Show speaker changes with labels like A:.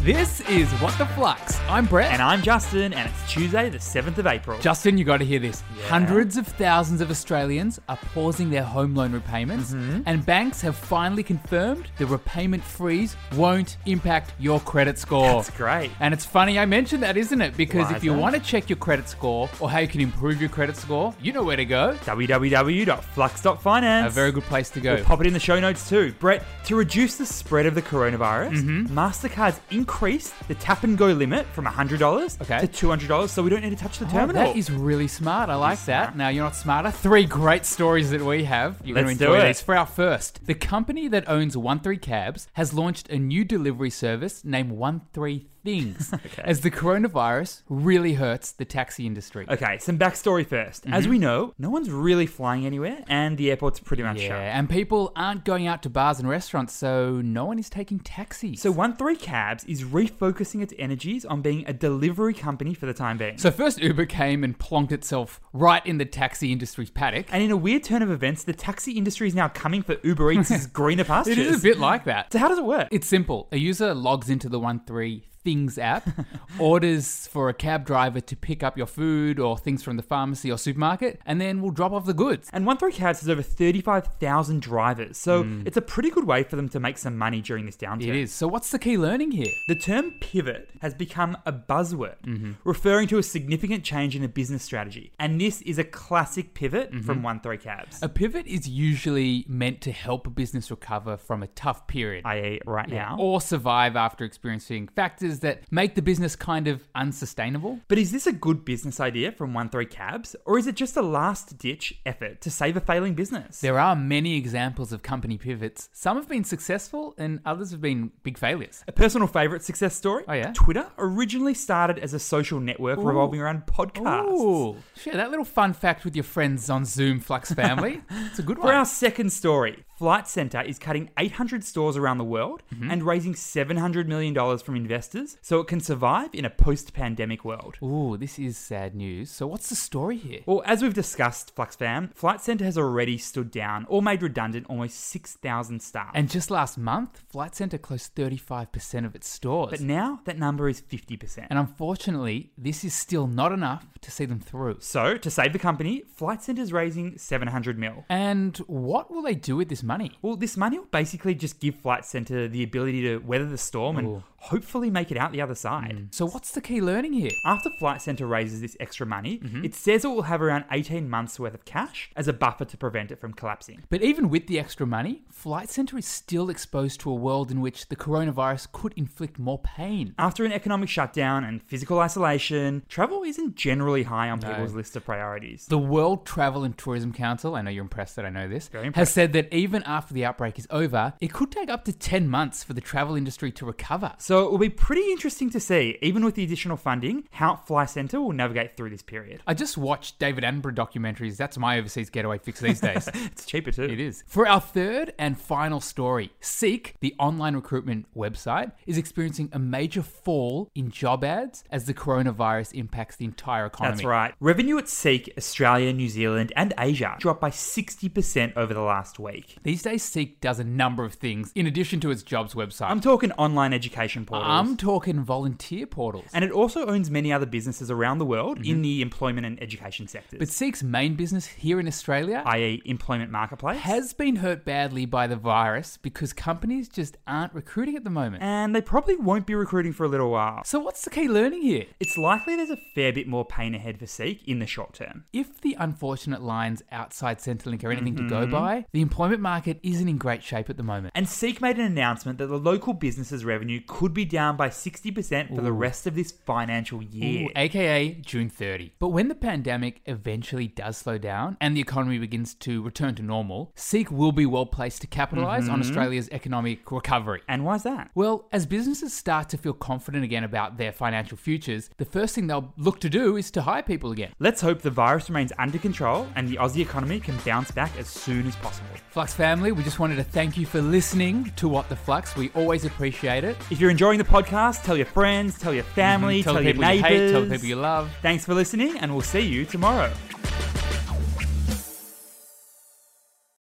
A: This is What the Flux. I'm Brett.
B: And I'm Justin, and it's Tuesday, the 7th of April.
A: Justin, you got to hear this. Hundreds of thousands of Australians are pausing their home loan repayments,
B: Mm-hmm.
A: and banks have finally confirmed the repayment freeze won't impact your credit score.
B: That's great. eh?
A: And it's funny I mentioned that, isn't it? Because
B: Why
A: if
B: is
A: you
B: that?
A: want to check your credit score or how you can improve your credit score, you know where to go.
B: www.flux.finance.
A: A very good place to go.
B: We'll pop it in the show notes too. Brett, to reduce the spread of the coronavirus,
A: Mm-hmm.
B: MasterCard's increased the tap and go limit from $100
A: Okay.
B: to $200, so we don't need to touch the
A: Oh,
B: terminal.
A: that is really smart. I like that.
B: smart.
A: Now you're not smarter. Three great stories that we have. You're going
B: Let's
A: to
B: do
A: enjoy
B: it.
A: these. For our first, the company that owns One Three Cabs has launched a new delivery service named One Three Things, as the coronavirus really hurts the taxi industry.
B: Okay, some backstory 1st
A: Mm-hmm.
B: As we know, no one's really flying anywhere, and the airport's pretty much shut.
A: Yeah, and people aren't going out to bars and restaurants, so no one is taking taxis.
B: So, One Three Cabs is refocusing its energies on being a delivery company for the time being.
A: so first Uber came and plonked itself right in the taxi industry's paddock.
B: And in a weird turn of events, the taxi industry is now coming for Uber Eats' greener pastures.
A: It is a bit like that.
B: So how does it work?
A: It's simple. A user logs into the One Three Things app, orders for a cab driver to pick up your food or things from the pharmacy or supermarket, and then we'll drop off the goods.
B: and One Three Cabs has over thirty-five thousand drivers, so it's a pretty good way for them to make some money during this downturn.
A: Mm. It is. So, what's the key learning here?
B: The term pivot has become a buzzword,
A: Mm-hmm.
B: referring to a significant change in a business strategy. And this is a classic pivot from One Three Cabs,
A: Mm-hmm. A pivot is usually meant to help a business recover from a tough period.
B: i.e., right now.
A: Or survive after experiencing factors that make the business kind of unsustainable.
B: But is this a good business idea from One Three Cabs, or is it just a last-ditch effort to save a failing business?
A: There are many examples of company pivots. Some have been successful and others have been big failures.
B: A personal favorite success story?
A: Oh, yeah?
B: Twitter originally started as a social network revolving around podcasts.
A: Ooh, share that little fun fact with your friends on Zoom, Flux family. it's a good
B: For
A: one.
B: our second story, Flight Center is cutting 800 stores around the world
A: Mm-hmm.
B: and raising $700 million from investors so it can survive in a post pandemic world.
A: Ooh, this is sad news. So what's the story here?
B: Well, as we've discussed, FluxFam, Flight Center has already stood down or made redundant almost 6,000 staff.
A: And just last month, Flight Centre closed 35% of its stores.
B: but now that number is 50%.
A: and unfortunately, this is still not enough to see them through.
B: so, to save the company, Flight Center is raising 700 mil.
A: And what will they do with this money?
B: Well, this money will basically just give Flight Center the ability to weather the storm and
A: Ooh. Hmm.
B: hopefully make it out the other side.
A: So what's the key learning here?
B: After Flight Center raises this extra money,
A: Mm-hmm.
B: it says it will have around 18 months worth of cash as a buffer to prevent it from collapsing.
A: But even with the extra money, Flight Centre is still exposed to a world in which the coronavirus could inflict more pain.
B: After an economic shutdown and physical isolation, travel isn't generally high on people's list of priorities.
A: The World Travel and Tourism Council, I know you're impressed that I know this,
B: Very
A: has
B: impressed.
A: said that even after the outbreak is over, it could take up to 10 months for the travel industry to recover.
B: so it will be pretty interesting to see, even with the additional funding, how Flight Center will navigate through this period.
A: I just watched David Attenborough documentaries. That's my overseas getaway fix these days.
B: It's cheaper too.
A: it is. For our third and final story, Seek, the online recruitment website, is experiencing a major fall in job ads as the coronavirus impacts the entire economy.
B: That's right. Revenue at Seek, Australia, New Zealand, and Asia dropped by 60% over the last week.
A: These days, Seek does a number of things in addition to its jobs website.
B: I'm talking online education portals.
A: I'm talking volunteer portals.
B: and it also owns many other businesses around the world in the employment and education sectors,
A: Mm-hmm. But Seek's main business here in Australia
B: i.e., employment marketplace.
A: has been hurt badly by the virus because companies just aren't recruiting at the moment.
B: and they probably won't be recruiting for a little while.
A: So, what's the key learning here?
B: It's likely there's a fair bit more pain ahead for Seek in the short term.
A: If the unfortunate lines outside Centrelink are anything to go by, the employment market isn't in great shape at the moment.
B: And Seek made an announcement that the local business's revenue could be down by 60% for the rest of this financial year.
A: Ooh, AKA June 30. But when the pandemic eventually does slow down and the economy begins to return to normal, Seek will be well placed to capitalize on Australia's economic recovery.
B: and why's that?
A: Well, as businesses start to feel confident again about their financial futures, the first thing they'll look to do is to hire people again.
B: Let's hope the virus remains under control and the Aussie economy can bounce back as soon as possible.
A: Flux family, we just wanted to thank you for listening to What the Flux. We always appreciate it.
B: If you're enjoying the podcast, tell your friends, tell your family,
A: Mm-hmm. tell,
B: tell,
A: the
B: your
A: people you hate,
B: neighbors.
A: tell the people you love.
B: Thanks for listening, and we'll see you tomorrow.